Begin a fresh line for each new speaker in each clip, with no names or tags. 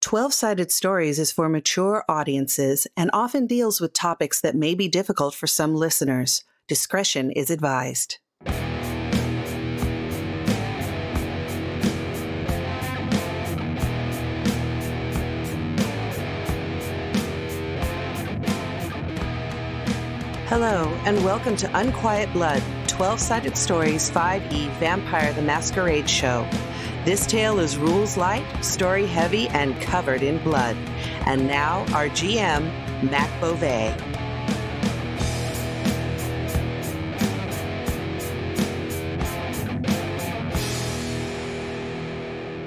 12 Sided Stories is for mature audiences and often deals with topics that may be difficult for some listeners. Discretion is advised. Hello, and welcome to Unquiet Blood 12 Sided Stories 5e Vampire the Masquerade Show. This tale is rules light, story heavy, and covered in blood. And now, our GM, Mac Beauvais.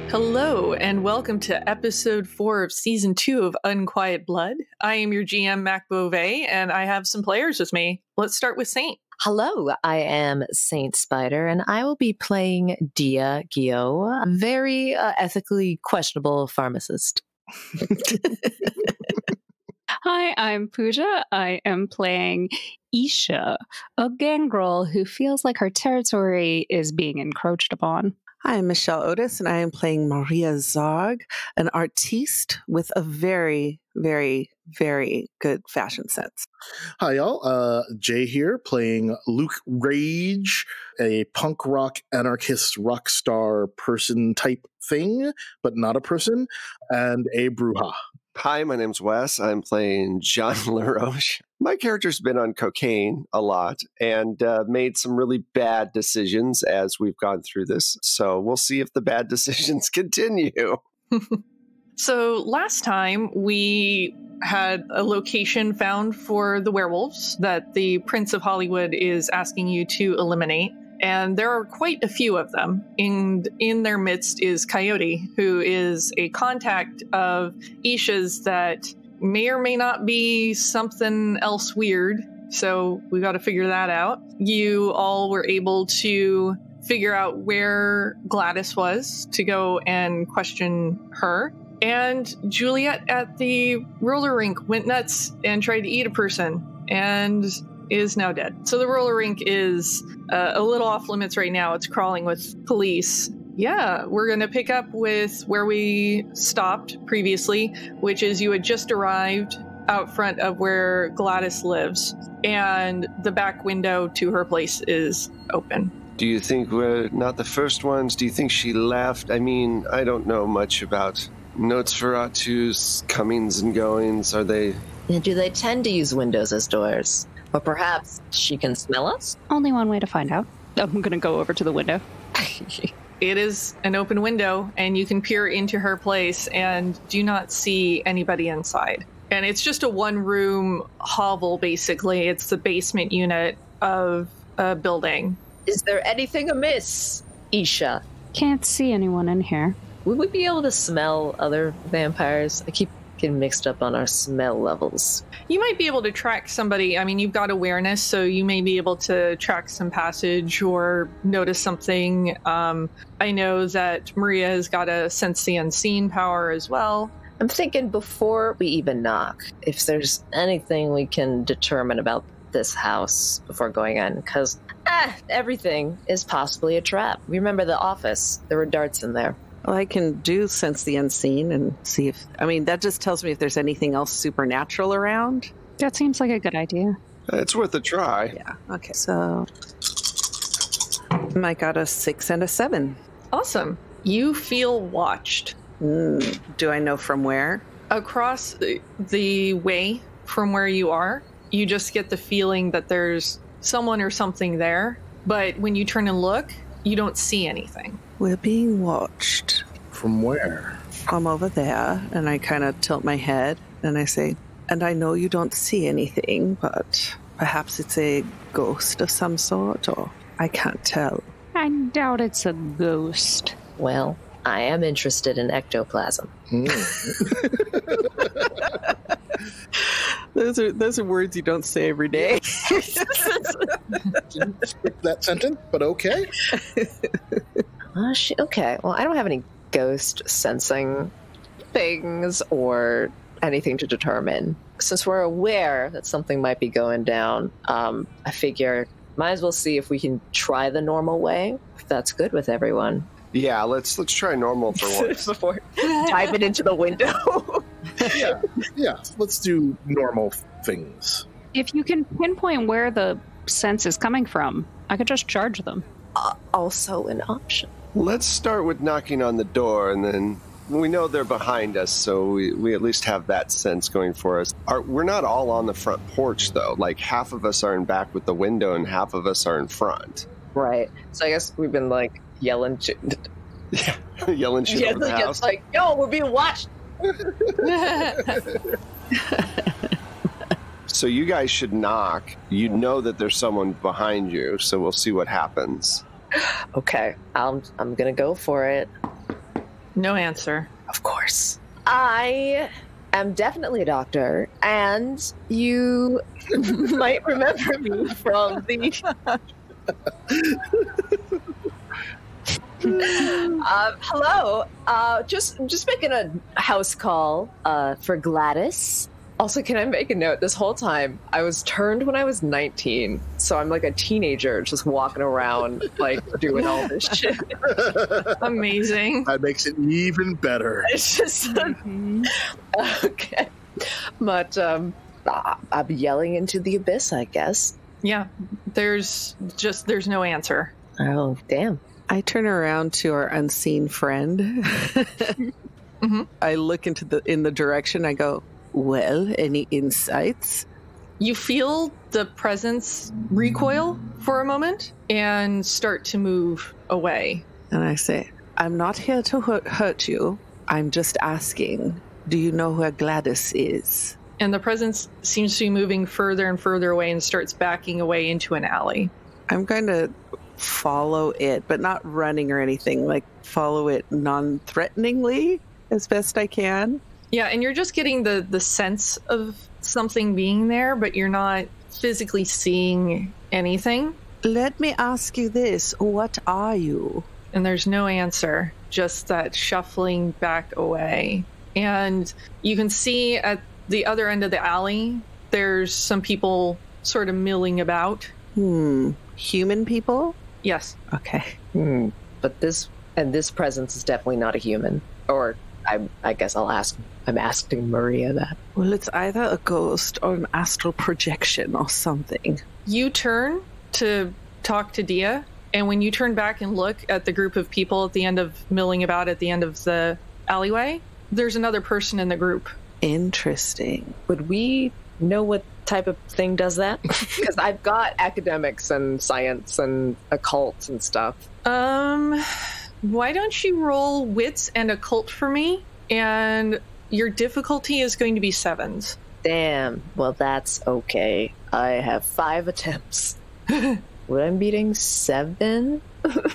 Hello, and welcome to episode four of season two of Unquiet Blood. I am your GM, Mac Beauvais, and I have some players with me. Let's start with Saint.
Hello, I am Saint Spider, and I will be playing Dia Gio, a very uh, ethically questionable pharmacist.
Hi, I'm Pooja. I am playing Isha, a gangrel who feels like her territory is being encroached upon.
Hi, I'm Michelle Otis, and I am playing Maria Zarg, an artiste with a very, very, very good fashion sense.
Hi, y'all. Uh, Jay here playing Luke Rage, a punk rock anarchist rock star person type thing, but not a person, and a bruja.
Hi, my name's Wes. I'm playing John LaRoche. My character's been on cocaine a lot and uh, made some really bad decisions as we've gone through this. So we'll see if the bad decisions continue.
So last time we had a location found for the werewolves that the Prince of Hollywood is asking you to eliminate. And there are quite a few of them. And in their midst is Coyote, who is a contact of Isha's that may or may not be something else weird. So we got to figure that out. You all were able to figure out where Gladys was to go and question her. And Juliet at the roller rink went nuts and tried to eat a person and is now dead. So the roller rink is uh, a little off limits right now. It's crawling with police. Yeah, we're going to pick up with where we stopped previously, which is you had just arrived out front of where Gladys lives, and the back window to her place is open.
Do you think we're not the first ones? Do you think she left? I mean, I don't know much about Nosferatu's comings and goings. Are they
Do they tend to use windows as doors? Or perhaps she can smell us?
Only one way to find out. I'm going to go over to the window.
It is an open window, and you can peer into her place and do not see anybody inside. And it's just a one room hovel, basically. It's the basement unit of a building.
Is there anything amiss, Isha?
Can't see anyone in here.
Would we be able to smell other vampires? I keep getting mixed up on our smell levels.
You might be able to track somebody. I mean, you've got awareness, so you may be able to track some passage or notice something. Um, I know that Maria has got a sense the unseen power as well.
I'm thinking before we even knock, if there's anything we can determine about this house before going in, because ah, everything is possibly a trap. We remember the office, there were darts in there.
Well, I can do sense the unseen and see if, I mean, that just tells me if there's anything else supernatural around.
That seems like a good idea.
It's worth a try.
Yeah. Okay. So I got a six and a seven.
Awesome. You feel watched
Mm, do I know from where?
across the- the way from where you are. You just get the feeling that there's someone or something there, but when you turn and look, you don't see anything.
We're being watched
From where?
from over there. And I kind of tilt my head and I say, And I know you don't see anything, but perhaps it's a ghost of some sort, or I can't tell.
I doubt it's a ghost.
Well, I am interested in ectoplasm.
Hmm.
Those are those are words you don't say every day.
Didn't script that sentence, but okay.
Oh, she, okay. Well, I don't have any ghost sensing things or anything to determine. Since we're aware that something might be going down, um, I figure might as well see if we can try the normal way, if that's good with everyone.
Yeah, let's let's try normal for once.
before diving into the window.
yeah, yeah. Let's do normal things.
If you can pinpoint where the sense is coming from, I could just charge them.
Uh, also an option.
Let's start with knocking on the door, and then we know they're behind us, so we, we at least have that sense going for us. Are, we're not all on the front porch, though. Like, half of us are in back with the window, and half of us are in front.
Right. So I guess we've been like yelling shit.
Yeah, yelling shit
Yeah,
over the
like,
house.
it's like, yo, we're being watched.
so you guys should knock. You know that there's someone behind you, so we'll see what happens.
Okay, I'm I'm gonna go for it.
No answer.
Of course. I am definitely a doctor, and you might remember me from the. uh, hello. Uh, just just making a house call uh, for Gladys. Also, can I make a note? This whole time, I was turned when I was 19, so I'm like a teenager, just walking around, like doing all this shit.
Amazing.
That makes it even better.
It's just
Mhm.
okay. But um, I- I'm yelling into the abyss, I guess.
Yeah, there's just there's no answer.
Oh, damn.
I turn around to our unseen friend. I look into the in the direction. I go, well, any insights?
You feel the presence recoil for a moment and start to move away.
And I say, I'm not here to hurt, hurt you. I'm just asking. Do you know where Gladys is?
And the presence seems to be moving further and further away and starts backing away into an alley.
I'm going to follow it, but not running or anything. Like follow it non-threateningly as best I can.
Yeah, and you're just getting the the sense of something being there, but you're not physically seeing anything.
Let me ask you this: What are you?
and there's no answer, just that shuffling back away. And you can see at the other end of the alley, there's some people sort of milling about.
Hmm. Human people?
Yes.
Okay.
Hmm. But this and this presence is definitely not a human. Or I, I guess I'll ask. I'm asking Maria that.
Well, it's either a ghost or an astral projection or something.
You turn to talk to Dia, and when you turn back and look at the group of people at the end of milling about at the end of the alleyway, there's another person in the group.
Interesting.
Would we know what type of thing does that? Because I've got academics and science and occults and stuff.
Um, why don't you roll wits and occult for me? And your difficulty is going to be sevens.
Damn. Well, that's okay. I have five attempts. what I'm beating seven.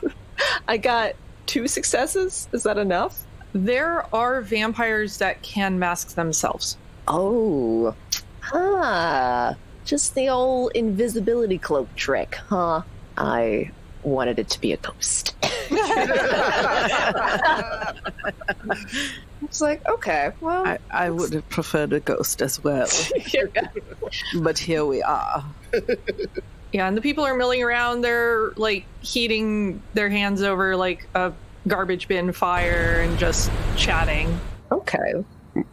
I got two successes. Is that enough?
There are vampires that can mask themselves.
Oh, ah, just the old invisibility cloak trick, huh? I wanted it to be a ghost. it's like okay, well,
I, I would have preferred a ghost as well, but here we are.
Yeah, and the people are milling around. They're like heating their hands over like a garbage bin fire and just chatting.
okay.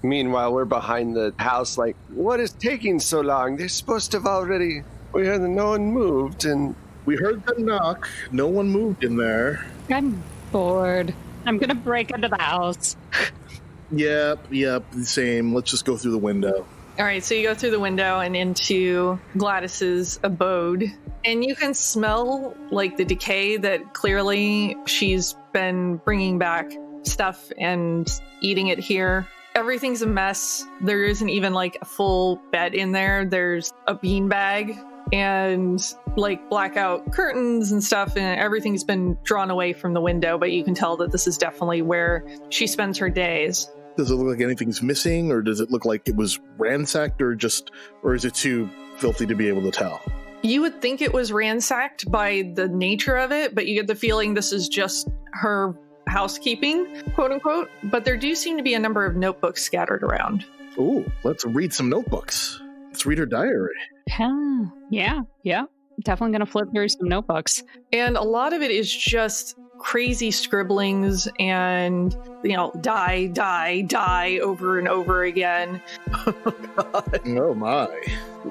Meanwhile, we're behind the house, like, what is taking so long? They're supposed to have already. We heard that no one moved, and
We heard the knock. No one moved in there.
I'm bored. I'm gonna break into the house.
Yep, yep. Same. Let's just go through the window.
All right, so you go through the window and into Gladys's abode, and you can smell like the decay that clearly she's been bringing back stuff and eating it here. Everything's a mess. There isn't even like a full bed in there. There's a bean bag and like blackout curtains and stuff and everything's been drawn away from the window, but you can tell that this is definitely where she spends her days.
Does it look like anything's missing, or does it look like it was ransacked, or just, or is it too filthy to be able to tell?
You would think it was ransacked by the nature of it, but you get the feeling this is just her housekeeping, quote unquote. But there do seem to be a number of notebooks scattered around.
Ooh, let's read some notebooks. Let's read her diary.
Huh. Yeah, yeah. Definitely gonna flip through some notebooks.
And a lot of it is just crazy scribblings and, you know, die, die, die over and over again.
Oh my.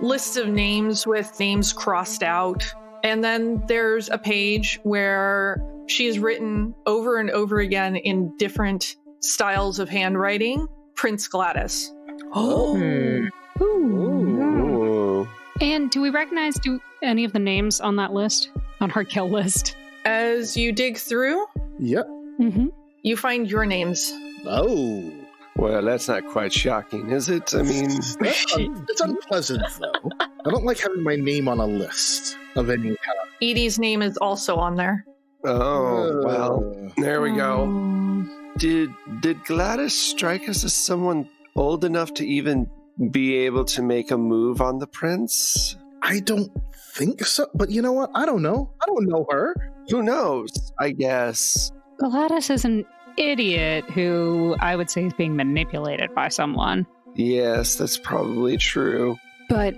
Lists of names with names crossed out. And then there's a page where she has written over and over again in different styles of handwriting Prince Gladys.
Hmm.
Oh.
Ooh.
And do we recognize do any of the names on that list on her kill list?
As you dig through,
Yep.
Mm-hmm.
you find your names.
Oh.
Well, that's not quite shocking, is it? I mean,
That's un- it's unpleasant though. I don't like having my name on a list of any kind.
Edie's name is also on there.
oh, well, there we go.
Um,
Did did Gladys strike us as someone old enough to even be able to make a move on the prince?
I don't think so. But you know what? I don't know. I don't know her.
Who knows? I guess.
Gladys is an idiot who I would say is being manipulated by someone.
Yes, that's probably true.
But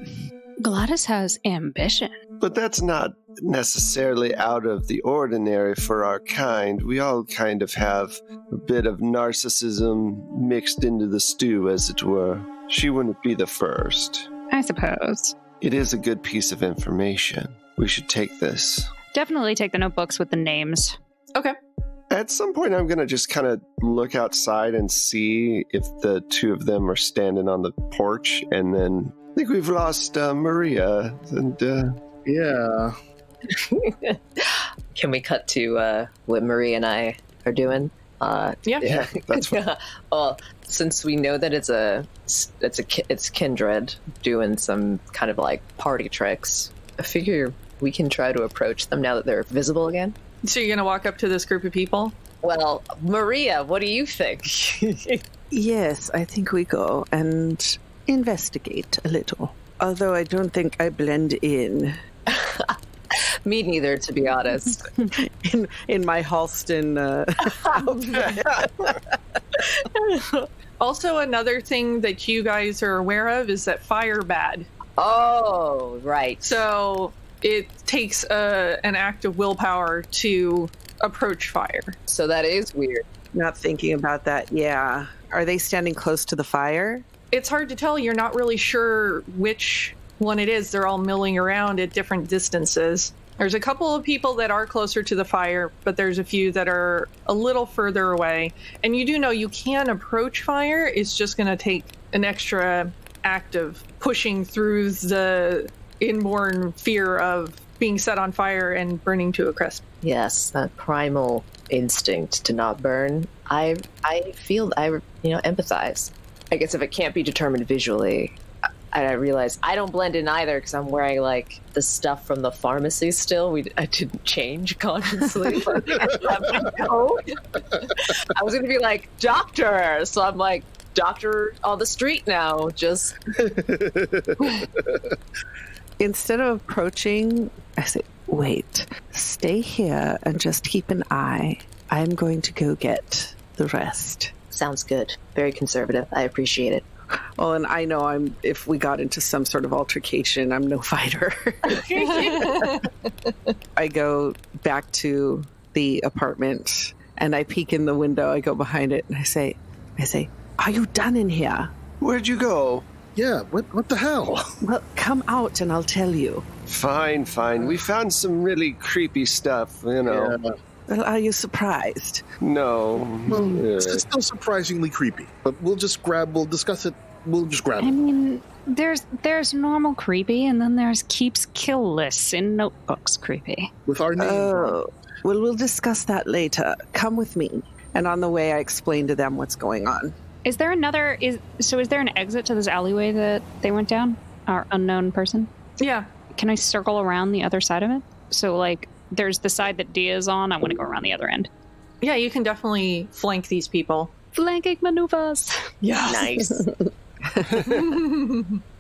Gladys has ambition.
But that's not necessarily out of the ordinary for our kind. We all kind of have a bit of narcissism mixed into the stew, as it were. She wouldn't be the first.
I suppose.
It is a good piece of information. We should take this.
Definitely take the notebooks with the names.
At some point, I'm going to just kind of look outside and see if the two of them are standing on the porch. And then I think we've lost uh, Maria. And uh,
Yeah.
Can we cut to uh, what Marie and I are doing? Uh,
Yeah.
yeah, that's fine.
well, since we know that it's a it's a ki- it's kindred doing some kind of like party tricks, I figure we can try to approach them now that they're visible again.
so you're going to walk up to this group of people?
Well, Maria, what do you think?
Yes, I think we go and investigate a little. Although I don't think I blend in
Me neither, to be honest.
in, in my Halston. Uh,
Also, another thing that you guys are aware of is that fire bad.
oh, right.
So it takes a, an act of willpower to approach fire.
So that is weird.
not thinking about that. Yeah. Are they standing close to the fire?
It's hard to tell. You're not really sure which one it is. They're all milling around at different distances. There's a couple of people that are closer to the fire, but there's a few that are a little further away. And you do know you can approach fire. It's just going to take an extra act of pushing through the inborn fear of being set on fire and burning to a crisp.
Yes, that primal instinct to not burn. I I feel I you know empathize. I guess if it can't be determined visually, I- and I realize I don't blend in either because I'm wearing like the stuff from the pharmacy. Still, we I didn't change consciously. Like, I'm like, no. I was gonna be like doctor, so I'm like doctor on the street now. Just
Instead of approaching, I say, wait, stay here and just keep an eye. I'm going to go get the rest.
sounds good. Very conservative. I appreciate it.
Well, and I know I'm, if we got into some sort of altercation, I'm no fighter. I go back to the apartment and I peek in the window. I go behind it and I say, I say, are you done in here?
Where'd you go?
Yeah. What? What the hell?
Well, come out and I'll tell you.
Fine, fine. We found some really creepy stuff, you know.
Yeah.
Well, are you surprised?
No.
Well,
Yeah.
it's still surprisingly creepy. But we'll just grab. We'll discuss it. We'll just grab.
I
It.
mean, there's there's normal creepy, and then there's keeps kill lists in notebooks creepy.
with our name.
Oh, well, we'll discuss that later. Come with me. And on the way, I explain to them what's going on.
Is there another? Is so? Is there an exit to this alleyway that they went down? Our unknown person.
Yeah.
Can I circle around the other side of it? So like, there's the side that Dia's on. I want to go around the other end.
Yeah, you can definitely flank these people.
Flanking maneuvers.
Yeah.
Nice.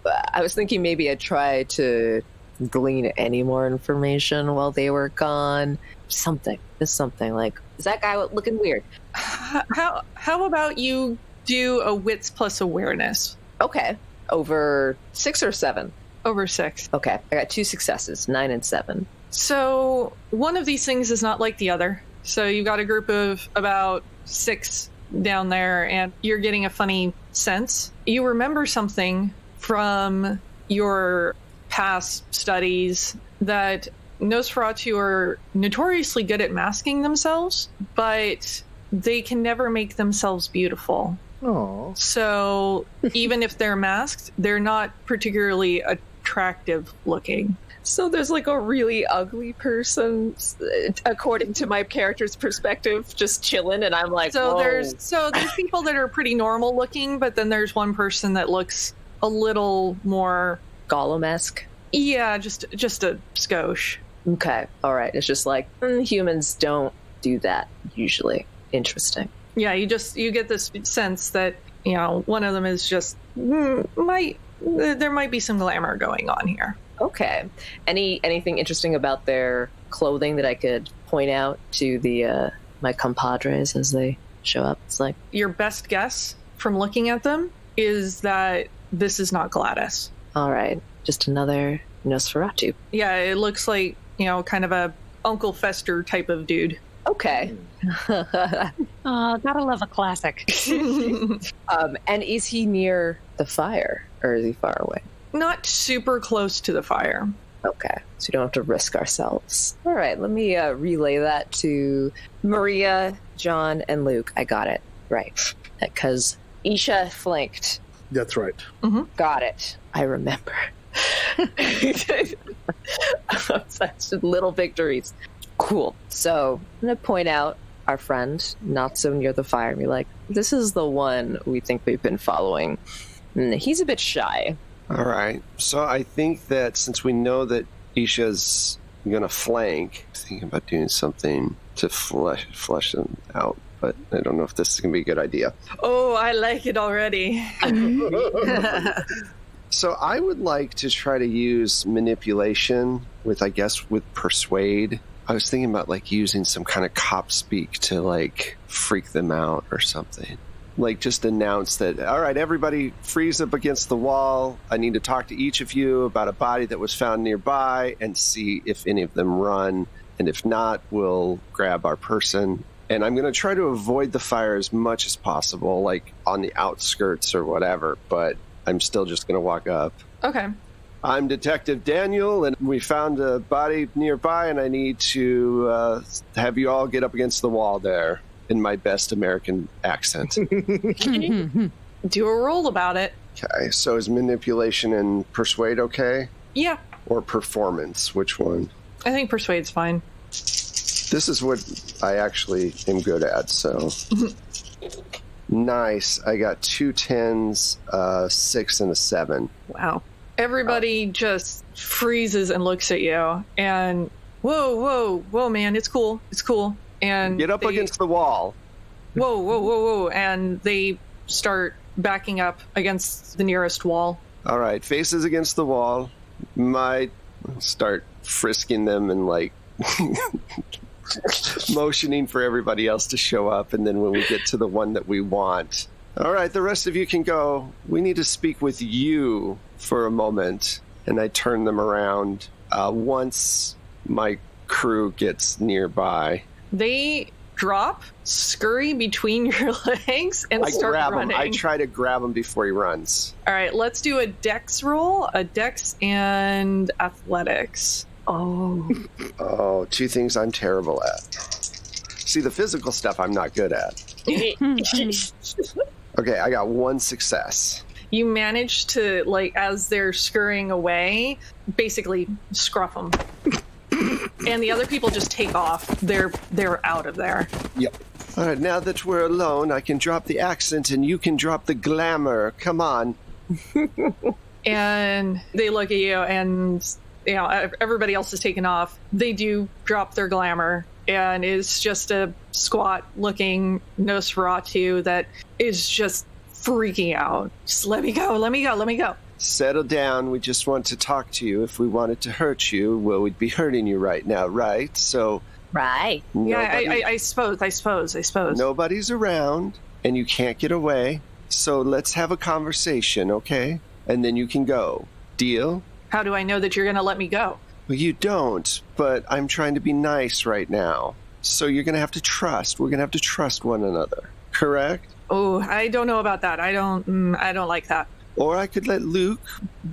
I was thinking maybe I'd try to glean any more information while they were gone. Something. Just something like, is that guy looking weird?
How how about you do a wits plus awareness
Okay. Over six or seven.
over 6?
Okay. I got two successes, nine and seven.
So, one of these things is not like the other. So you've got a group of about six down there, and you're getting a funny sense. You remember something from your past studies that Nosferatu are notoriously good at masking themselves, but they can never make themselves beautiful.
Oh,
So even if they're masked, they're not particularly attractive looking.
So there's like a really ugly person, s- according to my character's perspective, just chilling, and I'm like,
So
Whoa.
there's so there's people that are pretty normal looking, but then there's one person that looks a little more
Gollum esque.
yeah, just just a skosh.
Okay, all right. It's just like mm, humans don't do that usually. Interesting.
Yeah, you just you get this sense that you know one of them is just mm, might there might be some glamour going on here.
Okay. Any anything interesting about their clothing that I could point out to the uh, my compadres as they show up? It's like
Your best guess from looking at them is that this is not Gladys.
all right, just another Nosferatu.
Yeah, it looks like, you know, kind of a Uncle Fester type of dude.
Okay.
Oh, gotta love a classic.
um, and is he near the fire or is he far away?
Not super close to the fire.
Okay, so we don't have to risk ourselves. All right, let me uh, relay that to Maria, John, and Luke. I got it right because Isha flanked.
that's right.
Got it. I remember. Such little victories. Cool. So I'm gonna point out our friend, not so near the fire, and be like, "This is the one we think we've been following." Mm, he's a bit shy.
All right. So I think that since we know that Isha's going to flank, I'm thinking about doing something to flesh flesh them out, but I don't know if this is going to be a good idea.
Oh, I like it already.
So I would like to try to use manipulation with, I guess, with persuade. I was thinking about like using some kind of cop speak to like freak them out or something. Like just announce that, all right, everybody freeze up against the wall. I need to talk to each of you about a body that was found nearby and see if any of them run. And if not, we'll grab our person. And I'm going to try to avoid the fire as much as possible, like on the outskirts or whatever. But I'm still just going to walk up.
Okay.
I'm Detective Daniel, and we found a body nearby, and I need to uh, have you all get up against the wall there in my best American accent.
Do a roll about it.
okay, so is manipulation and persuade okay?
Yeah,
Or performance? Which one?
I think persuade's fine.
This is what I actually am good at, so. nice. I got two tens, uh, six, and a seven.
Wow. Everybody just freezes and looks at you and whoa, whoa, whoa, man, it's cool. It's cool. And
Get up
they-
against the wall.
whoa, whoa, whoa, whoa, and they start backing up against the nearest wall.
All right, faces against the wall. Might start frisking them and like motioning for everybody else to show up. And then when we get to the one that we want, all right, the rest of you can go. We need to speak with you for a moment. And I turn them around uh, once my crew gets nearby.
They drop, scurry between your legs, and
I
start
grab him.
running.
I try to grab him before he runs.
All right, let's do a dex roll, a dex and athletics.
Oh,
Oh, two things I'm terrible at. See, the physical stuff I'm not good at. Okay, I got one success.
You manage to like as they're scurrying away, basically scruff them. and the other people just take off. They're they're out of there.
All right, now that we're alone, I can drop the accent and you can drop the glamour. Come on.
and they look at you and you know ev- everybody else is taken off they do drop their glamour and it's just a squat looking nosferatu that is just freaking out just let me go let me go let me go
Settle down. We just want to talk to you. If we wanted to hurt you, well, we'd be hurting you right now, right? So
Right.
yeah
nobody-
I, I, I suppose i suppose i suppose
nobody's around and you can't get away. So let's have a conversation, okay? And then you can go. Deal?
how do i know that you're gonna let me go
Well, you don't, but I'm trying to be nice right now. So you're going to have to trust. We're going to have to trust one another, correct?
Oh, I don't know about that. I don't. Mm, I don't like that.
Or I could let Luke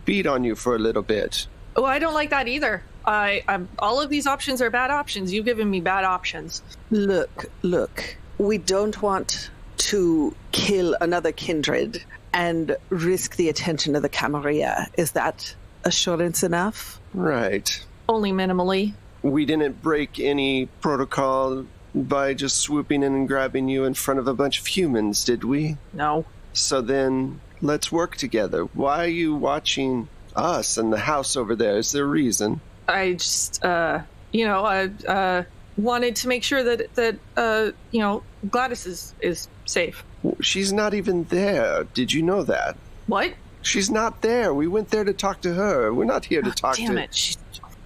beat on you for a little bit.
Oh, I don't like that either. I, I'm, all of these options are bad options. You've given me bad options.
Look, look, we don't want to kill another kindred and risk the attention of the Camarilla. Is that assurance enough?
Right.
Only minimally.
We didn't break any protocol by just swooping in and grabbing you in front of a bunch of humans, did we?
No.
So then let's work together. Why are you watching us and the house over there? Is there a reason?
I just, uh, you know, I uh, wanted to make sure that that uh, you know Gladys is is safe.
She's not even there. Did you know that?
What?
She's not there. We went there to talk to her. We're not here to talk
Ah, Damn
to
it! She,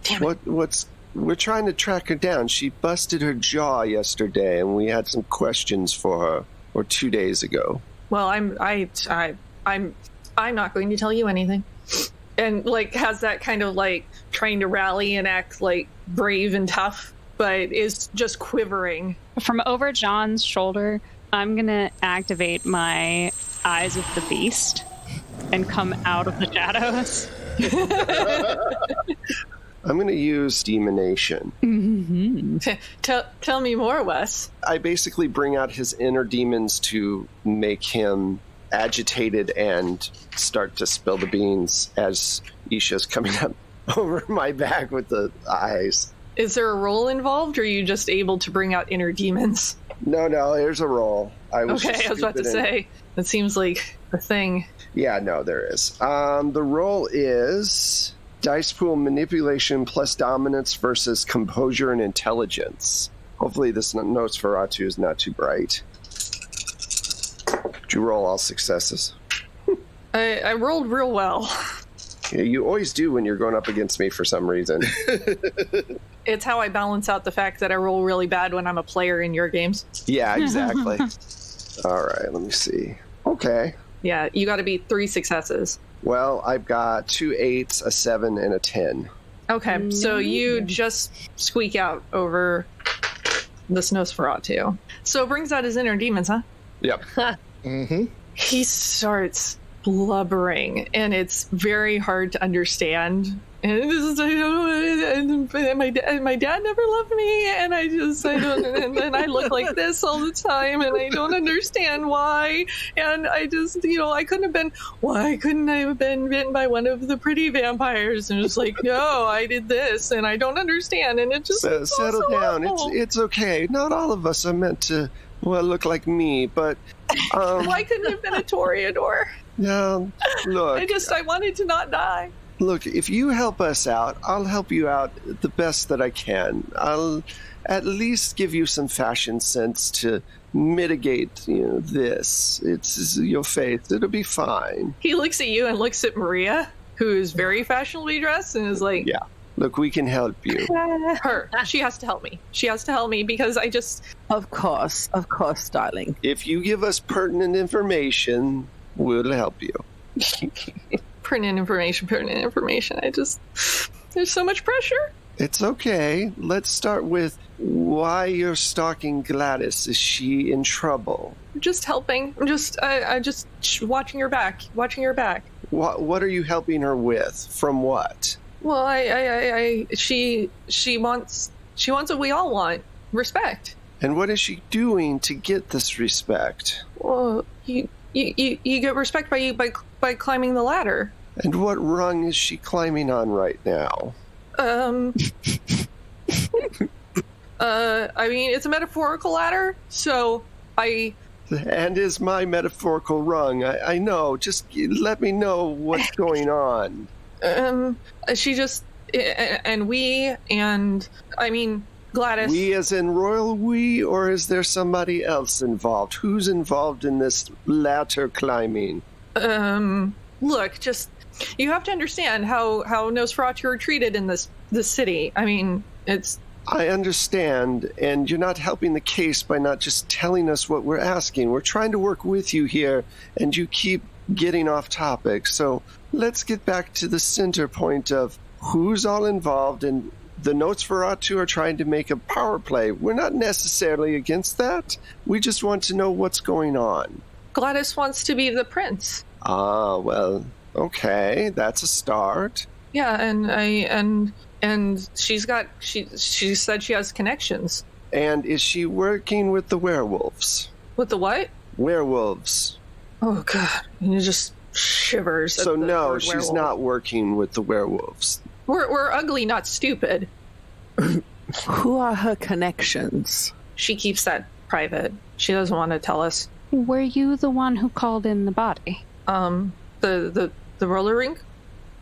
damn it!
What what's we're trying to track her down. She busted her jaw yesterday and we had some questions for her or 2 days ago.
Well, I'm I I I'm I'm not going to tell you anything. And like has that kind of like trying to rally and act like brave and tough, but is just quivering.
From over John's shoulder, I'm going to activate my Eyes of the Beast and come out of the shadows.
I'm going to use demonation.
Tell tell me more, Wes.
I basically bring out his inner demons to make him agitated and start to spill the beans as Isha's coming up over my back with the eyes.
Is there a role involved or are you just able to bring out inner demons?
No, no, here's a roll. I was
Okay,
just
I was about to
stupid and-
say. That seems like a thing.
Yeah, no, there is. Um, the roll is dice pool manipulation plus dominance versus composure and intelligence. Hopefully, this n- Nosferatu is not too bright. Did you roll all successes?
I, I rolled real well.
Yeah, you always do when you're going up against me for some reason.
It's how I balance out the fact that I roll really bad when I'm a player in your games.
yeah, exactly. all right, let me see. Okay.
Yeah, you got to be three successes.
Well, I've got two eights, a seven, and a ten.
Okay, so you just squeak out over this Nosferatu. So it brings out his inner demons, huh?
Yep.
Mm-hmm.
He starts blubbering, and it's very hard to understand. And this is and my da- my dad never loved me, and I just I don't and, and I look like this all the time, and I don't understand why. And I just you know I couldn't have been why couldn't I have been bitten by one of the pretty vampires? And it's like no, I did this, and I don't understand, and it just
So
feels
settle
so
down.
awful.
It's it's okay. Not all of us are meant to well look like me, but um,
why couldn't it have been a Toreador?
no, look,
I just I wanted to not die.
look. If you help us out, I'll help you out the best that I can. I'll at least give you some fashion sense to mitigate you know, this. It's your faith. It'll be fine.
He looks at you and looks at Maria, who is very fashionably dressed, and is like,
Yeah. Look, we can help you.
her. She has to help me. She has to help me because I just,
Of course, of course, darling.
If you give us pertinent information, we'll help you.
pertinent information, pertinent information. I just, there's so much pressure.
It's okay. Let's start with why you're stalking Gladys. Is she in trouble?
I'm just helping. I'm just, I, I just sh- watching her back, watching her back.
What What are you helping her with? From what?
Well, I, I, I, I she, she wants, she wants what we all want respect.
And what is she doing to get this respect?
Well, you, you, you, you get respect by you, by, by climbing the ladder.
And what rung is she climbing on right now?
Um. uh, I mean, it's a metaphorical ladder, so I.
And is my metaphorical rung? I, I know. Just let me know what's going on.
Um. She just. a- a- And we. And. I mean, Gladys.
We as in royal we, or is there somebody else involved? Who's involved in this ladder climbing?
Um. Look, just. You have to understand how how Nosferatu are treated in this this city. I mean, it's
I understand, and you're not helping the case by not just telling us what we're asking. We're trying to work with you here, and you keep getting off topic. So let's get back to the center point of who's all involved and the Notes Veratu are trying to make a power play. We're not necessarily against that. We just want to know what's going on.
Gladys wants to be the prince.
Ah, well, okay, that's a start.
Yeah, and I and and she's got she she said she has connections
And is she working with the werewolves?
with the what?
Werewolves.
Oh god, you just shivers. at
so,
the
no,
word
she's
werewolf.
not working with the werewolves.
We're we're ugly, not stupid.
Who are her connections?
She keeps that private. She doesn't want to tell us.
Were you the one who called in the body?
Um, the the the roller rink.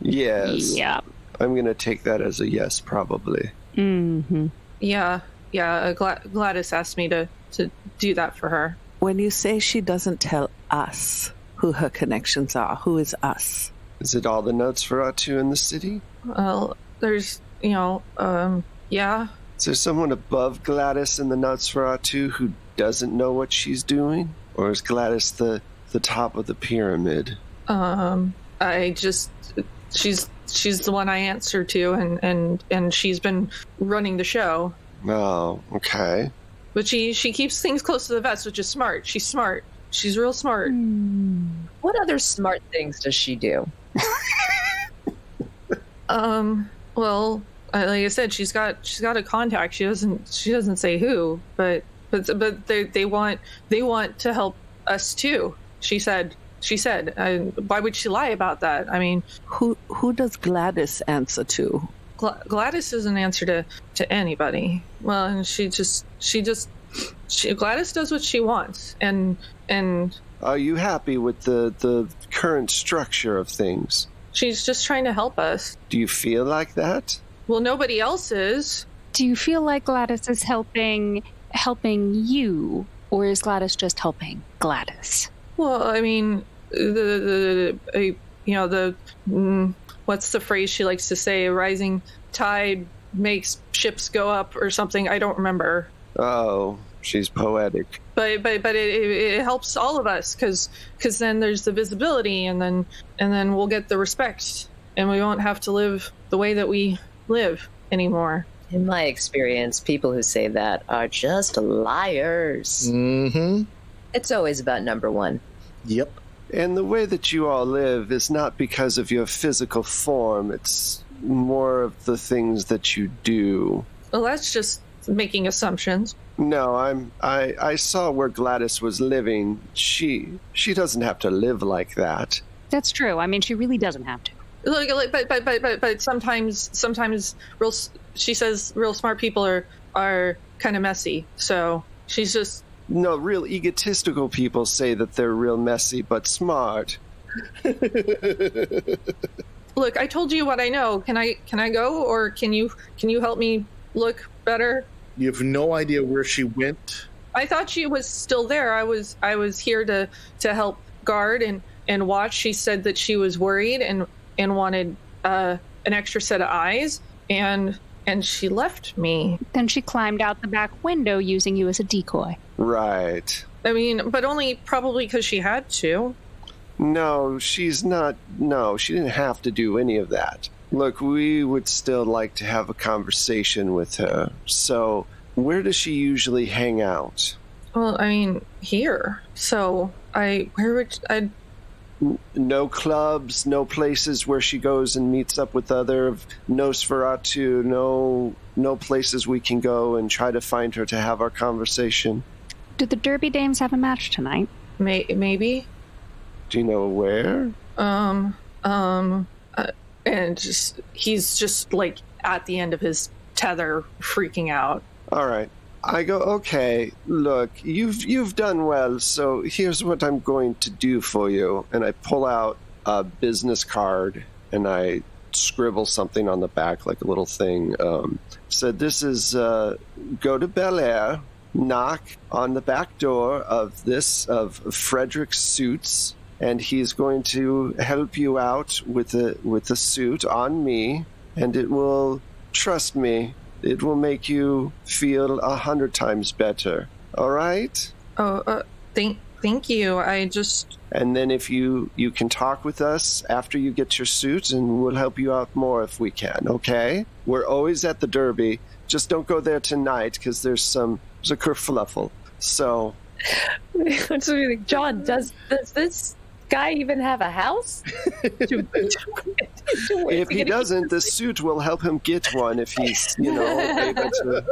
Yes.
Yeah.
I'm going to take that as a yes, probably.
Mm-hmm.
Yeah, yeah. uh, Gla- Gladys asked me to to do that for her.
When you say she doesn't tell us who her connections are, who is us?
Is it all the notes for Atu in the city?
Well, there's you know, um, yeah.
Is there someone above Gladys in the Nosferatu who doesn't know what she's doing? Or is Gladys the, the top of the pyramid?
Um, I just she's she's the one I answer to, and and and she's been running the show.
Oh, okay.
But she she keeps things close to the vest, which is smart. She's smart. She's real smart.
What other smart things does she do?
Um. Well, I- like I said, she's got she's got a contact. She doesn't she doesn't say who, but but but they they want they want to help us too. She said she said. I, why would she lie about that? I mean,
Who who does Gladys answer to?
Gla- Gladys isn't answer to to anybody. Well, and she just she just she, Gladys does what she wants, and and
Are you happy with the, the current structure of things?
she's just trying to help us.
Do you feel like that?
Well, nobody else is.
Do you feel like Gladys is helping helping you, or is Gladys just helping Gladys?
Well, I mean, the, the, the I- you know the mm, what's the phrase she likes to say? A rising tide makes ships go up, or something. I don't remember,
Oh, she's poetic.
but but but it, it, it helps all of us because then there's the visibility, and then and then we'll get the respect, and we won't have to live the way that we live anymore.
In my experience, people who say that are just liars.
Mm-hmm.
It's always about number one.
Yep.
And the way that you all live is not because of your physical form, it's more of the things that you do.
Well, that's just making assumptions.
No, I'm I I saw where Gladys was living. She she doesn't have to live like that.
That's true. I mean, she really doesn't have to.
Look, like, but, but but but but sometimes sometimes real s- she says real smart people are are kind of messy. So she's just
No, real egotistical people say that they're real messy but smart.
look. I told you what I know. Can I can I go or can you can you help me look better?
You have no idea where she went.
I thought she was still there. I was I was here to to help guard and and watch. She said that she was worried and and wanted uh, an extra set of eyes and and she left me.
Then she climbed out the back window using you as a decoy.
Right.
I mean, but only probably because she had to.
No, she's not no, she didn't have to do any of that. Look, we would still like to have a conversation with her. So, where does she usually hang out?
Well, I mean, here. So I, where would I?
no clubs, no places where she goes and meets up with other Nosferatu, no no places we can go and try to find her to have our conversation.
Do the Derby Dames have a match tonight?
May, maybe.
Do you know where?
Um, um, uh, and just he's just like at the end of his tether, freaking out.
All right. I go, "Okay, look, you've you've done well, so here's what I'm going to do for you." And I pull out a business card and I scribble something on the back like a little thing. Um said this is uh go to Bel Air, knock on the back door of this of Frederick Suits, and he's going to help you out with a with a suit on me, and it will trust me, it will make you feel a hundred times better. All right.
Oh, uh, thank, Thank you. I just
And then if you you can talk with us after you get your suit, and we'll help you out more if we can. Okay? We're always at the Derby. Just don't go there tonight because there's some there's a kerfluffle. So
It's really like, John, does does this guy even have a house?
if he doesn't, the suit will help him get one. If he's you know able to.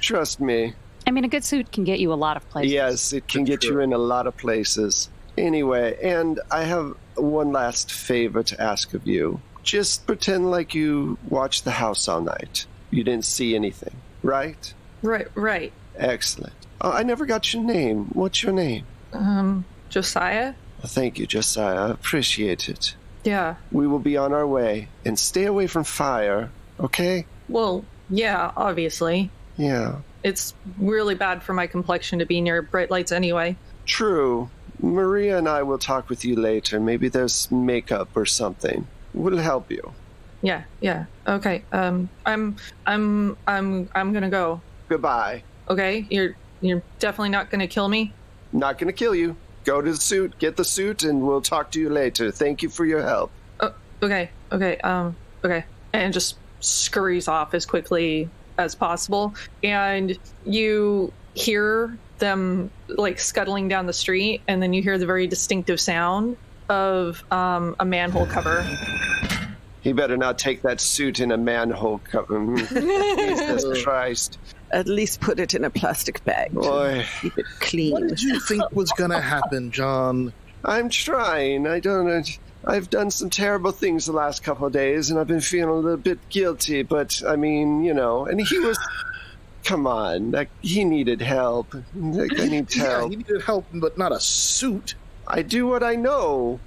Trust me.
I mean, a good suit can get you a lot of places.
Yes, it can get you in a lot of places. Anyway, and I have one last favor to ask of you. Just pretend like you watched the house all night. You didn't see anything, right?
right right.
Excellent. Oh, I never got your name. What's your name?
Um Josiah?
Well, thank you, Josiah. I appreciate it.
Yeah.
We will be on our way, and stay away from fire, okay?
Well, yeah, obviously.
Yeah.
It's really bad for my complexion to be near bright lights anyway.
True. Maria and I will talk with you later. Maybe there's makeup or something. We'll help you.
Yeah, yeah. Okay. Um I'm I'm I'm I'm going to go.
Goodbye.
Okay? You're you're definitely not going to kill me.
Not gonna kill you. Go to the suit, get the suit, and we'll talk to you later. Thank you for your help.
Oh, okay, okay, um, okay. And just scurries off as quickly as possible. And you hear them like scuttling down the street, and then you hear the very distinctive sound of um, a manhole cover.
He better not take that suit in a manhole cover. Hmm. Jesus Christ.
At least put it in a plastic bag to
Boy,
keep it
What
clean.
did you think was going to happen, John?
I'm trying. I don't. I've done some terrible things the last couple of days, and I've been feeling a little bit guilty, but I mean, you know, and he was. Come on. Like, he needed help. Like, I need
Yeah,
help.
he needed help, but not a suit.
I do what I know.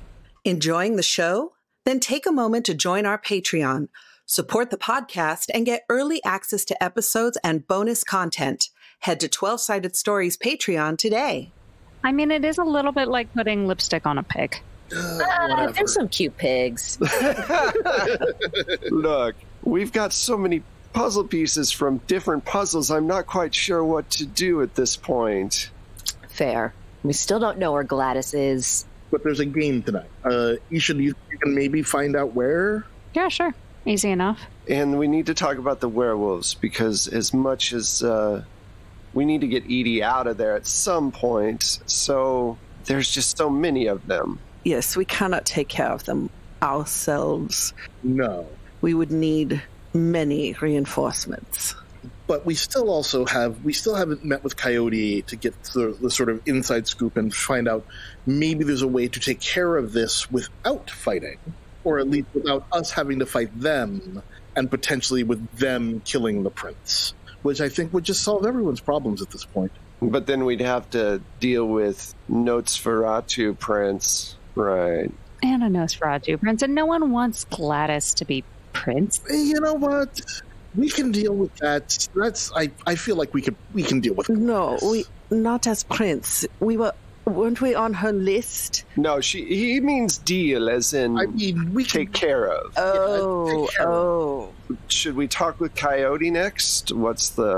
Enjoying the show? Then take a moment to join our Patreon. Support the podcast and get early access to episodes and bonus content. Head to 12 Sided Stories Patreon today.
I mean, it is a little bit like putting lipstick on a pig.
Ah, there's some cute pigs.
Look, we've got so many puzzle pieces from different puzzles, I'm not quite sure what to do at this point.
Fair. We still don't know where Gladys is.
but there's a game tonight. Uh, you should you, you can maybe find out where.
Yeah, sure. Easy enough.
And we need to talk about the werewolves because, as much as uh, we need to get Edie out of there at some point, so there's just so many of them.
yes, we cannot take care of them ourselves.
No,
We would need many reinforcements.
but we still also have we still haven't met with Coyote to get the, the sort of inside scoop and find out maybe there's a way to take care of this without fighting, or at least without us having to fight them, and potentially with them killing the prince, which I think would just solve everyone's problems at this point.
But then we'd have to deal with Notes Feratu Prince. Right.
And a Nosferatu prince, and no one wants Gladys to be prince.
Eh, You know what? We can deal with that. That's I, I feel like we could we can deal with
No,
this.
we not as prince. We were weren't we on her list?
No, she. He means deal, as in
I mean we can
take care of.
Oh, oh.
Should we talk with Coyote next? What's the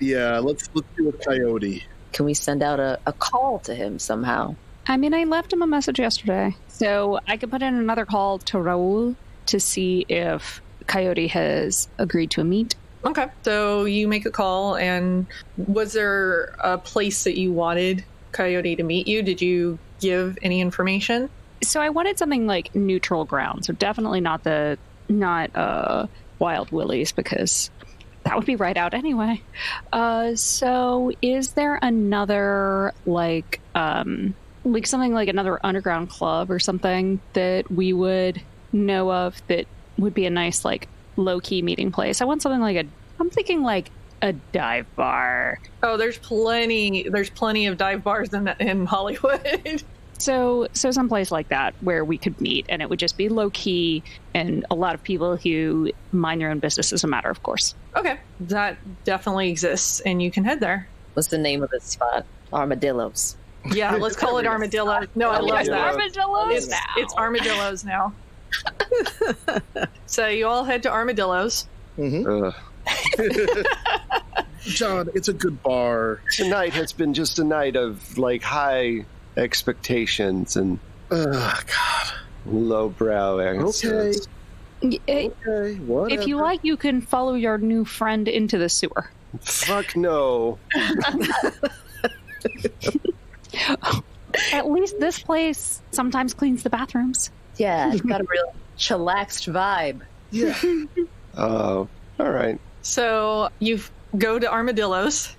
Yeah, let's let's do a coyote.
Can we send out a, a call to him somehow?
I mean, I left him a message yesterday. So I could put in another call to Raul to see if Coyote has agreed to a meet.
Okay, so you make a call, and was there a place that you wanted Coyote to meet you? Did you give any information?
So I wanted something like neutral ground. So definitely not the, not uh, Wild Willies because that would be right out anyway. Uh, so is there another, like, um, like something like another underground club or something that we would know of that would be a nice like low key meeting place. I want something like a I'm thinking like a dive bar.
Oh, there's plenty. There's plenty of dive bars in in Hollywood.
So so someplace like that where we could meet and it would just be low key and a lot of people who mind their own business as a matter of course.
okay, that definitely exists, and you can head there.
What's the name of this spot? Armadillos.
Yeah, let's call it armadillo. No, I love
Yes,
that.
Armadillos
It's, it's armadillos now. so you all head to armadillos.
Mm-hmm.
Ugh.
John, it's a good bar.
Tonight has been just a night of like high expectations and
Ugh, God.
lowbrow
Okay.
accents.
Y- eh,
Okay. Whatever.
If you like, you can follow your new friend into the sewer.
Fuck no.
At least this place sometimes cleans the bathrooms.
Yeah, it's got a real chillaxed vibe.
Yeah.
Oh, all right.
So you go to Armadillos,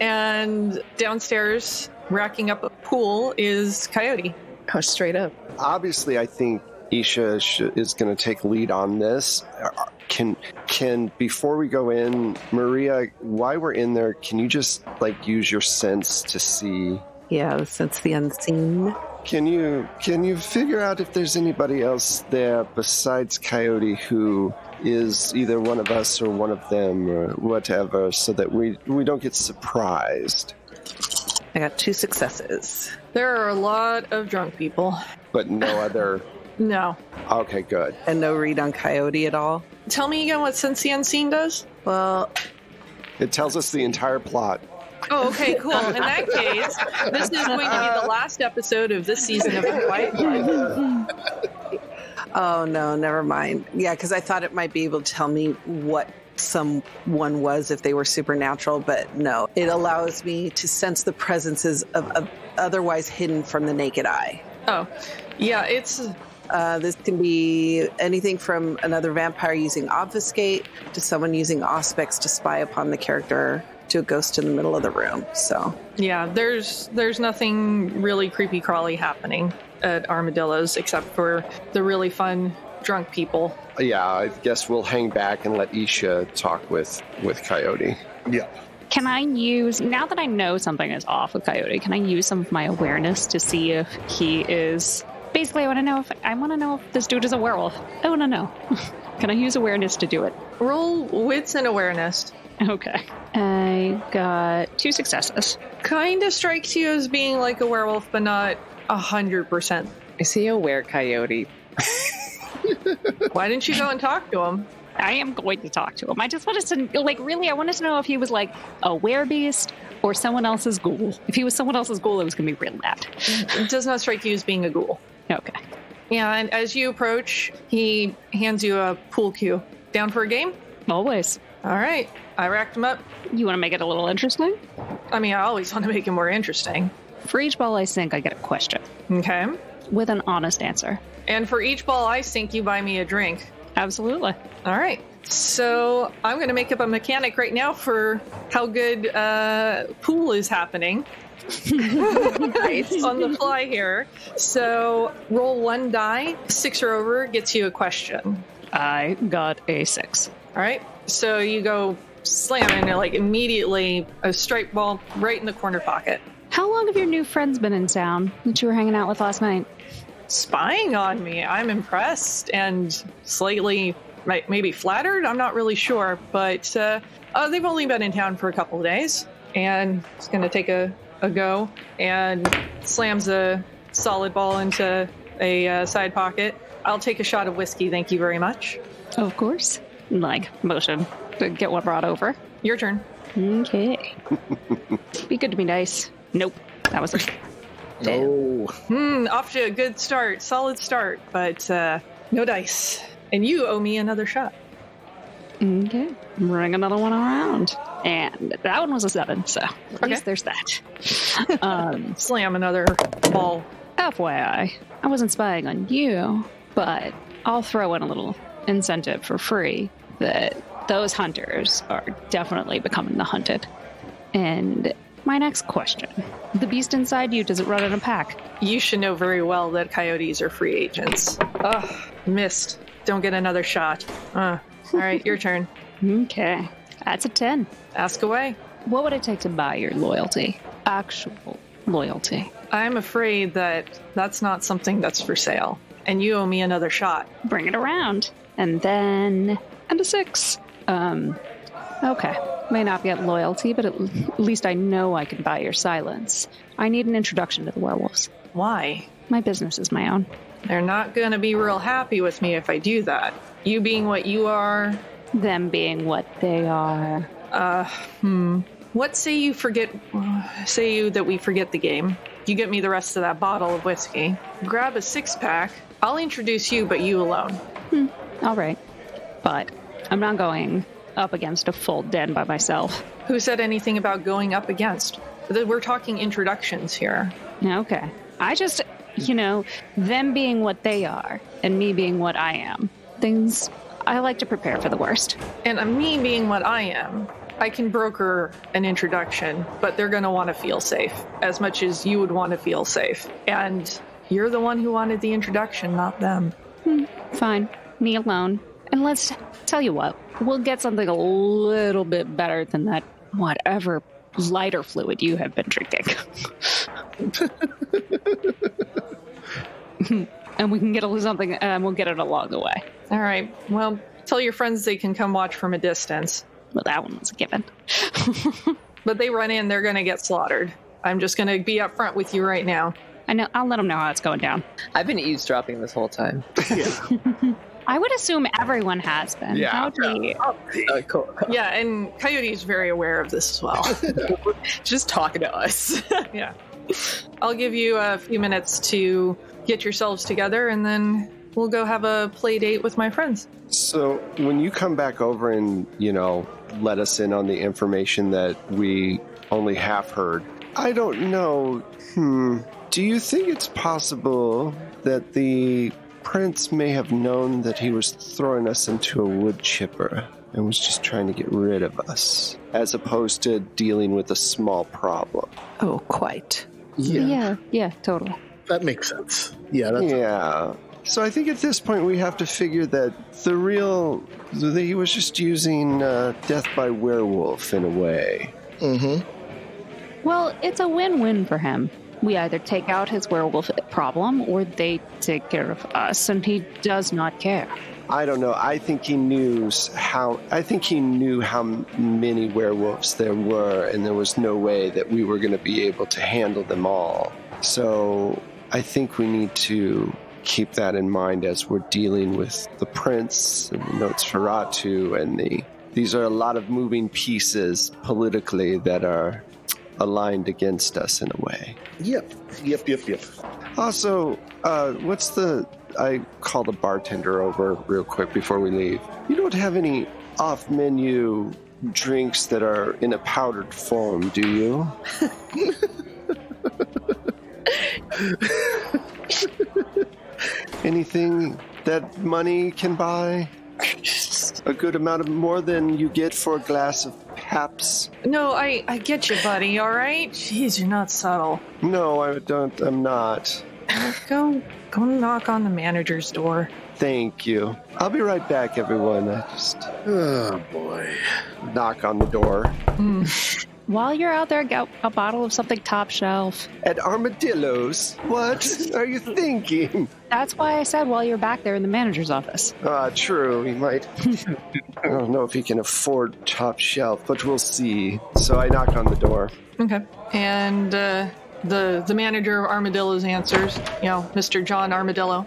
and downstairs, racking up a pool, is Coyote.
Oh, straight up.
Obviously, I think Isha sh- is going to take lead on this. Are- Can can before we go in, Maria, why we're in there, can you just like use your sense to see?
Yeah, since the unseen.
Can you can you figure out if there's anybody else there besides Coyote who is either one of us or one of them or whatever, so that we we don't get surprised.
I got two successes.
There are a lot of drunk people.
But no other.
No.
Okay, good.
And no read on Coyote at all.
Tell me again what Sense the Unseen does?
Well,
It tells us the entire plot.
Oh, okay, cool. In that case, this is going to be the last episode of this season of A Quiet Blood.
oh no, never mind. Yeah, because I thought it might be able to tell me what someone was if they were supernatural, but no. It allows me to sense the presences of, of otherwise hidden from the naked eye.
Oh, yeah, it's
Uh, this can be anything from another vampire using obfuscate to someone using aspects to spy upon the character to a ghost in the middle of the room. So,
yeah. There's there's nothing really creepy crawly happening at Armadillos except for the really fun drunk people.
Yeah, I guess we'll hang back and let Isha talk with with Coyote.
yeah.
Can I use, now that I know something is off with Coyote, can I use some of my awareness to see if he is. Basically, I want to know if I want to know if this dude is a werewolf. I want to know. can I use awareness to do it?
Roll wits and awareness.
Okay. I got two successes.
Kind of strikes you as being like a werewolf, but not a hundred percent.
Is he a were coyote?
Why didn't you go and talk to him?
I am going to talk to him. I just wanted to, like, really, I wanted to know if he was like a werebeast or someone else's ghoul. If he was someone else's ghoul, it was going to be real loud.
It does not strike you as being a ghoul.
Okay.
And as you approach, he hands you a pool cue. Down for a game?
Always.
All right. I racked him up.
You want to make it a little interesting?
I mean, I always want to make it more interesting.
For each ball I sink, I get a question
Okay.
with an honest answer.
And for each ball I sink, you buy me a drink.
Absolutely.
All right. So I'm going to make up a mechanic right now for how good uh, pool is happening. Right, on the fly here. So roll one die, six or over gets you a question.
I got a six.
All right. So you go slam and like immediately a straight ball right in the corner pocket.
How long have your new friends been in town that you were hanging out with last night?
spying on me. I'm impressed and slightly, may- maybe flattered. I'm not really sure, but uh, uh, they've only been in town for a couple of days, and it's going to take a, a go and slams a solid ball into a uh, side pocket. I'll take a shot of whiskey, thank you very much.
Of course. Like, motion to get one brought over.
Your turn.
Okay. be good to be nice. Nope. That was a
No.
Hmm, off to a good start, solid start, but uh, no dice. And you owe me another shot.
Okay. Bring another one around. And that one was a seven, so at least there's that. um,
Slam another ball.
FYI, I wasn't spying on you, but I'll throw in a little incentive for free that those hunters are definitely becoming the hunted. And my next question The beast inside you, does it run in a pack?
You should know very well that coyotes are free agents. Ugh, missed. Don't get another shot. Uh, all right, your turn.
Okay. That's a 10.
Ask away.
What would it take to buy your loyalty? Actual loyalty.
I'm afraid that that's not something that's for sale, and you owe me another shot.
bring it around. And then, and a six. Um, okay. May not get loyalty, but at, l- at least I know I can buy your silence. I need an introduction to the werewolves.
Why?
My business is my own.
They're not going to be real happy with me if I do that. You being what you are,
Them being what they are.
Uh, hmm. What say you forget? Say you that we forget the game. You get me the rest of that bottle of whiskey. Grab a six pack. I'll introduce you, but you alone.
All right. But I'm not going up against a full den by myself.
Who said anything about going up against? Th- We're talking introductions here.
Okay. I just, you know, them being what they are and me being what I am, things I like to prepare for the worst.
And uh, me being what I am, I can broker an introduction, but they're going to want to feel safe as much as you would want to feel safe. And you're the one who wanted the introduction, not them.
Fine. Me alone. And let's tell you what, we'll get something a little bit better than that whatever lighter fluid you have been drinking. and we can get a- something, and we'll get it along the way.
All right. Well, tell your friends they can come watch from a distance.
Well, that one was a given.
But they run in, they're going to get slaughtered. I'm just going to be up front with you right now.
I know. I'll let them know how it's going down.
I've been eavesdropping this whole time.
I would assume everyone has been.
Yeah.
That would be-
Uh, cool.
Yeah, and Coyote's very aware of this as well.
Just talking to us.
yeah. I'll give you a few minutes to get yourselves together and then we'll go have a play date with my friends.
So when you come back over and, you know, let us in on the information that we only half heard, I don't know. Hmm. Do you think it's possible that the prince may have known that he was throwing us into a wood chipper and was just trying to get rid of us as opposed to dealing with a small problem?
Oh, quite.
Yeah,
yeah. Yeah. Totally.
that makes sense. Yeah, that's
yeah. So I think at this point we have to figure that the real that he was just using uh, death by werewolf in a way.
mhm.
Well, it's a win-win for him. We either take out his werewolf problem, or they take care of us, and he does not care.
I don't know. I think he knew s- how. I think he knew how m- many werewolves there were, and there was no way that we were going to be able to handle them all. So I think we need to keep that in mind as we're dealing with the prince and the Nosferatu, and the these are a lot of moving pieces politically that are aligned against us in a way.
Yep, yep, yep, yep.
Also, uh, what's the? I called a bartender over real quick before we leave. You don't have any off-menu drinks that are in a powdered form, do you? Anything that money can buy? A good amount of more than you get for a glass of Paps.
No, I, I get you, buddy, all right? Jeez, you're not subtle.
No, I don't. I'm not.
Go go knock on the manager's door.
Thank you. I'll be right back, everyone. I just
Oh boy.
knock on the door.
While you're out there, get a bottle of something top shelf.
At armadillos? What are you thinking?
That's why I said while you're back there in the manager's office.
Ah, true, he might. I don't know if he can afford top shelf, but we'll see. So I knock on the door.
Okay. And uh, the the manager of Armadillo's answers, you know, Mr. John Armadillo.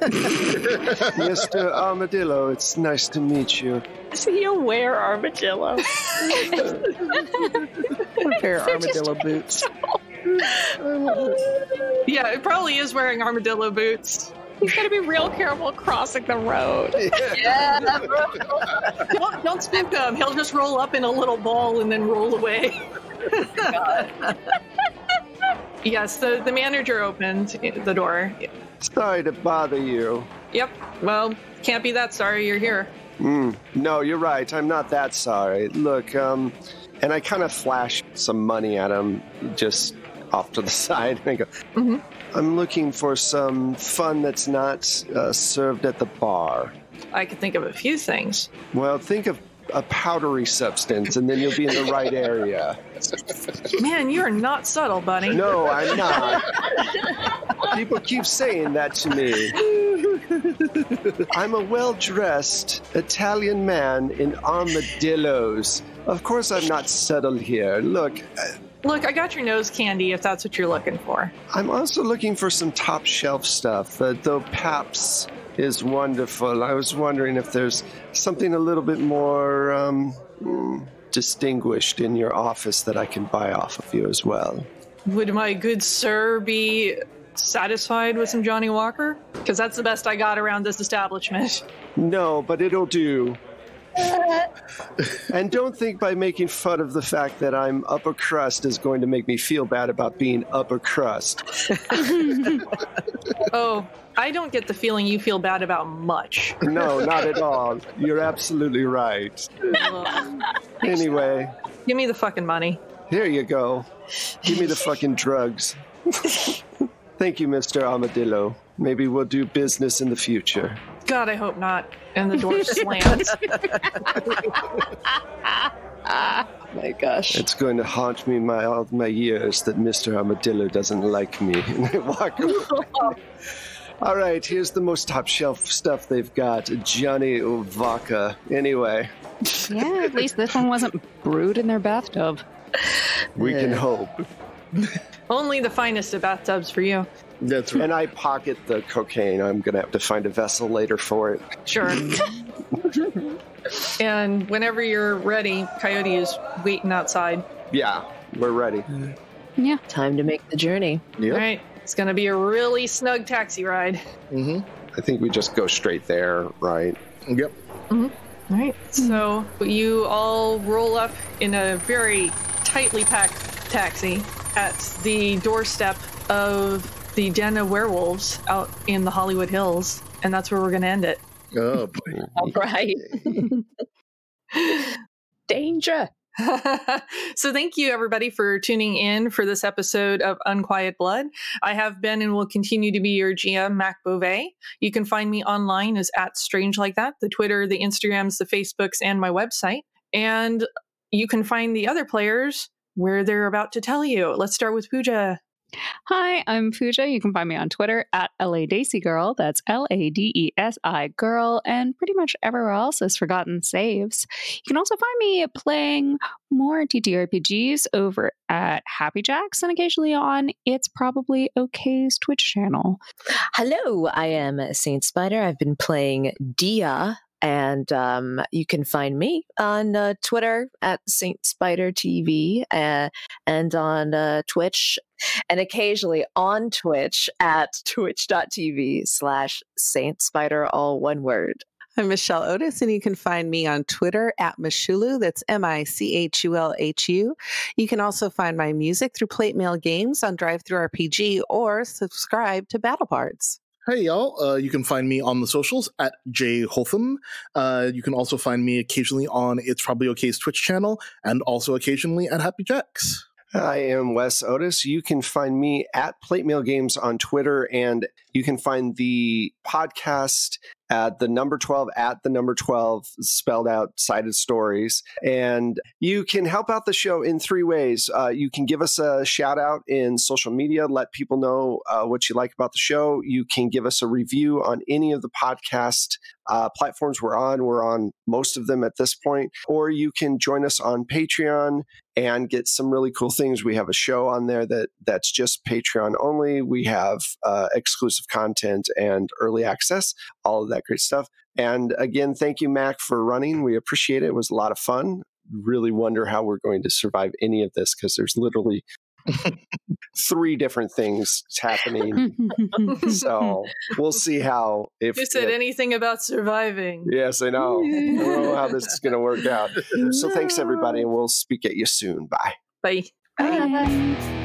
Mr. Armadillo, it's nice to meet you.
Is he aware armadillo?
A pair of armadillo boots.
Yeah, it probably is wearing armadillo boots.
He's gonna be real careful crossing the road.
Don't, don't spook him. He'll just roll up in a little ball and then roll away. yes, the, the manager opened the door.
Sorry to bother you.
Yep. Well, can't be that sorry you're here.
Mm, no, you're right. I'm not that sorry. Look, um, and I kind of flash some money at him just off to the side. And I go,
Mhm.
I'm looking for some fun that's not uh, served at the bar.
I could think of a few things.
Well, think of a powdery substance, and then you'll be in the right area.
Man, you're not subtle, buddy.
No, I'm not. People keep saying that to me. I'm a well dressed Italian man in armadillos. Of course, I'm not subtle here. Look,
Look, I got your nose candy if that's what you're looking for.
I'm also looking for some top shelf stuff, uh, though PAPS is wonderful. I was wondering if there's something a little bit more um, mm, distinguished in your office that I can buy off of you as well.
Would my good sir be satisfied with some Johnny Walker? Because that's the best I got around this establishment.
No, but it'll do. and don't think by making fun of the fact that I'm upper crust is going to make me feel bad about being upper crust.
Oh, I don't get the feeling you feel bad about much.
No, not at all. You're absolutely right. Anyway,
Give me the fucking money.
here you go. Give me the fucking drugs. Thank you, Mr. Armadillo. Maybe we'll do business in the future.
God, I hope not. And the door slams.
My gosh.
It's going to haunt me my all my years that Mr. Armadillo doesn't like me. And I walk away. All right, here's the most top shelf stuff they've got. Johnny Vodka. Anyway,
Yeah, at least this one wasn't brewed in their bathtub.
we can
Yeah.
hope.
Only the finest of bathtubs for you.
That's right.
And I pocket the cocaine. I'm going to have to find a vessel later for it.
Sure. and whenever you're ready, Coyote is waiting outside.
Yeah, we're ready.
Yeah.
Time to make the journey.
Yep.
All right. It's going to be a really snug taxi ride.
I think we just go straight there, right?
Yep.
All right. So you all roll up in a very tightly packed taxi at the doorstep of the den of werewolves out in the Hollywood Hills. And that's where we're going to end it.
Oh, boy.
All right. Danger.
so thank you everybody for tuning in for this episode of Unquiet Blood. I have been and will continue to be your GM, Mac Beauvais. You can find me online as at Strange Like That, the Twitter, the Instagrams, the Facebooks, and my website. And you can find the other players where they're about to tell you. Let's start with Pooja.
Hi, I'm Pooja. You can find me on Twitter at LA Daisy Girl. That's L A D E S I Girl. And pretty much everywhere else is Forgotten Saves. You can also find me playing more TTRPGs over at Happy Jacks and occasionally on It's Probably OK's Twitch channel.
Hello, I am Saint Spider. I've been playing Dia, and um, you can find me on uh, Twitter at Saint Spider TV uh, and on uh, Twitch, and occasionally on Twitch at twitch.tv slash Saint Spider, all one word.
I'm Michelle Otis, and you can find me on Twitter at Mishulu. That's M I C H U L H U. You can also find my music through Plate Mail Games on Drive Through RPG or subscribe to Battle Bards.
Hey, y'all. Uh, you can find me on the socials at Jay Holtham. Uh, you can also find me occasionally on It's Probably OK's Twitch channel and also occasionally at Happy Jacks.
I am Wes Otis. You can find me at Plate Mail Games on Twitter, and you can find the podcast at the number 12 at the number 12 spelled out sided stories and you can help out the show in three ways uh, you can give us a shout out in social media let people know uh, what you like about the show you can give us a review on any of the podcast uh, platforms we're on we're on most of them at this point or you can join us on patreon and get some really cool things. We have a show on there that that's just Patreon only. We have uh, exclusive content and early access, all of that great stuff. And again, thank you, Mac, for running. We appreciate it. It was a lot of fun. Really wonder how we're going to survive any of this because there's literally three different things happening. so we'll see how if
Who said
if-
anything about surviving?
Yes, I know. I don't know how this is going to work out. So thanks everybody, and we'll speak at you soon. Bye.
Bye.
Bye.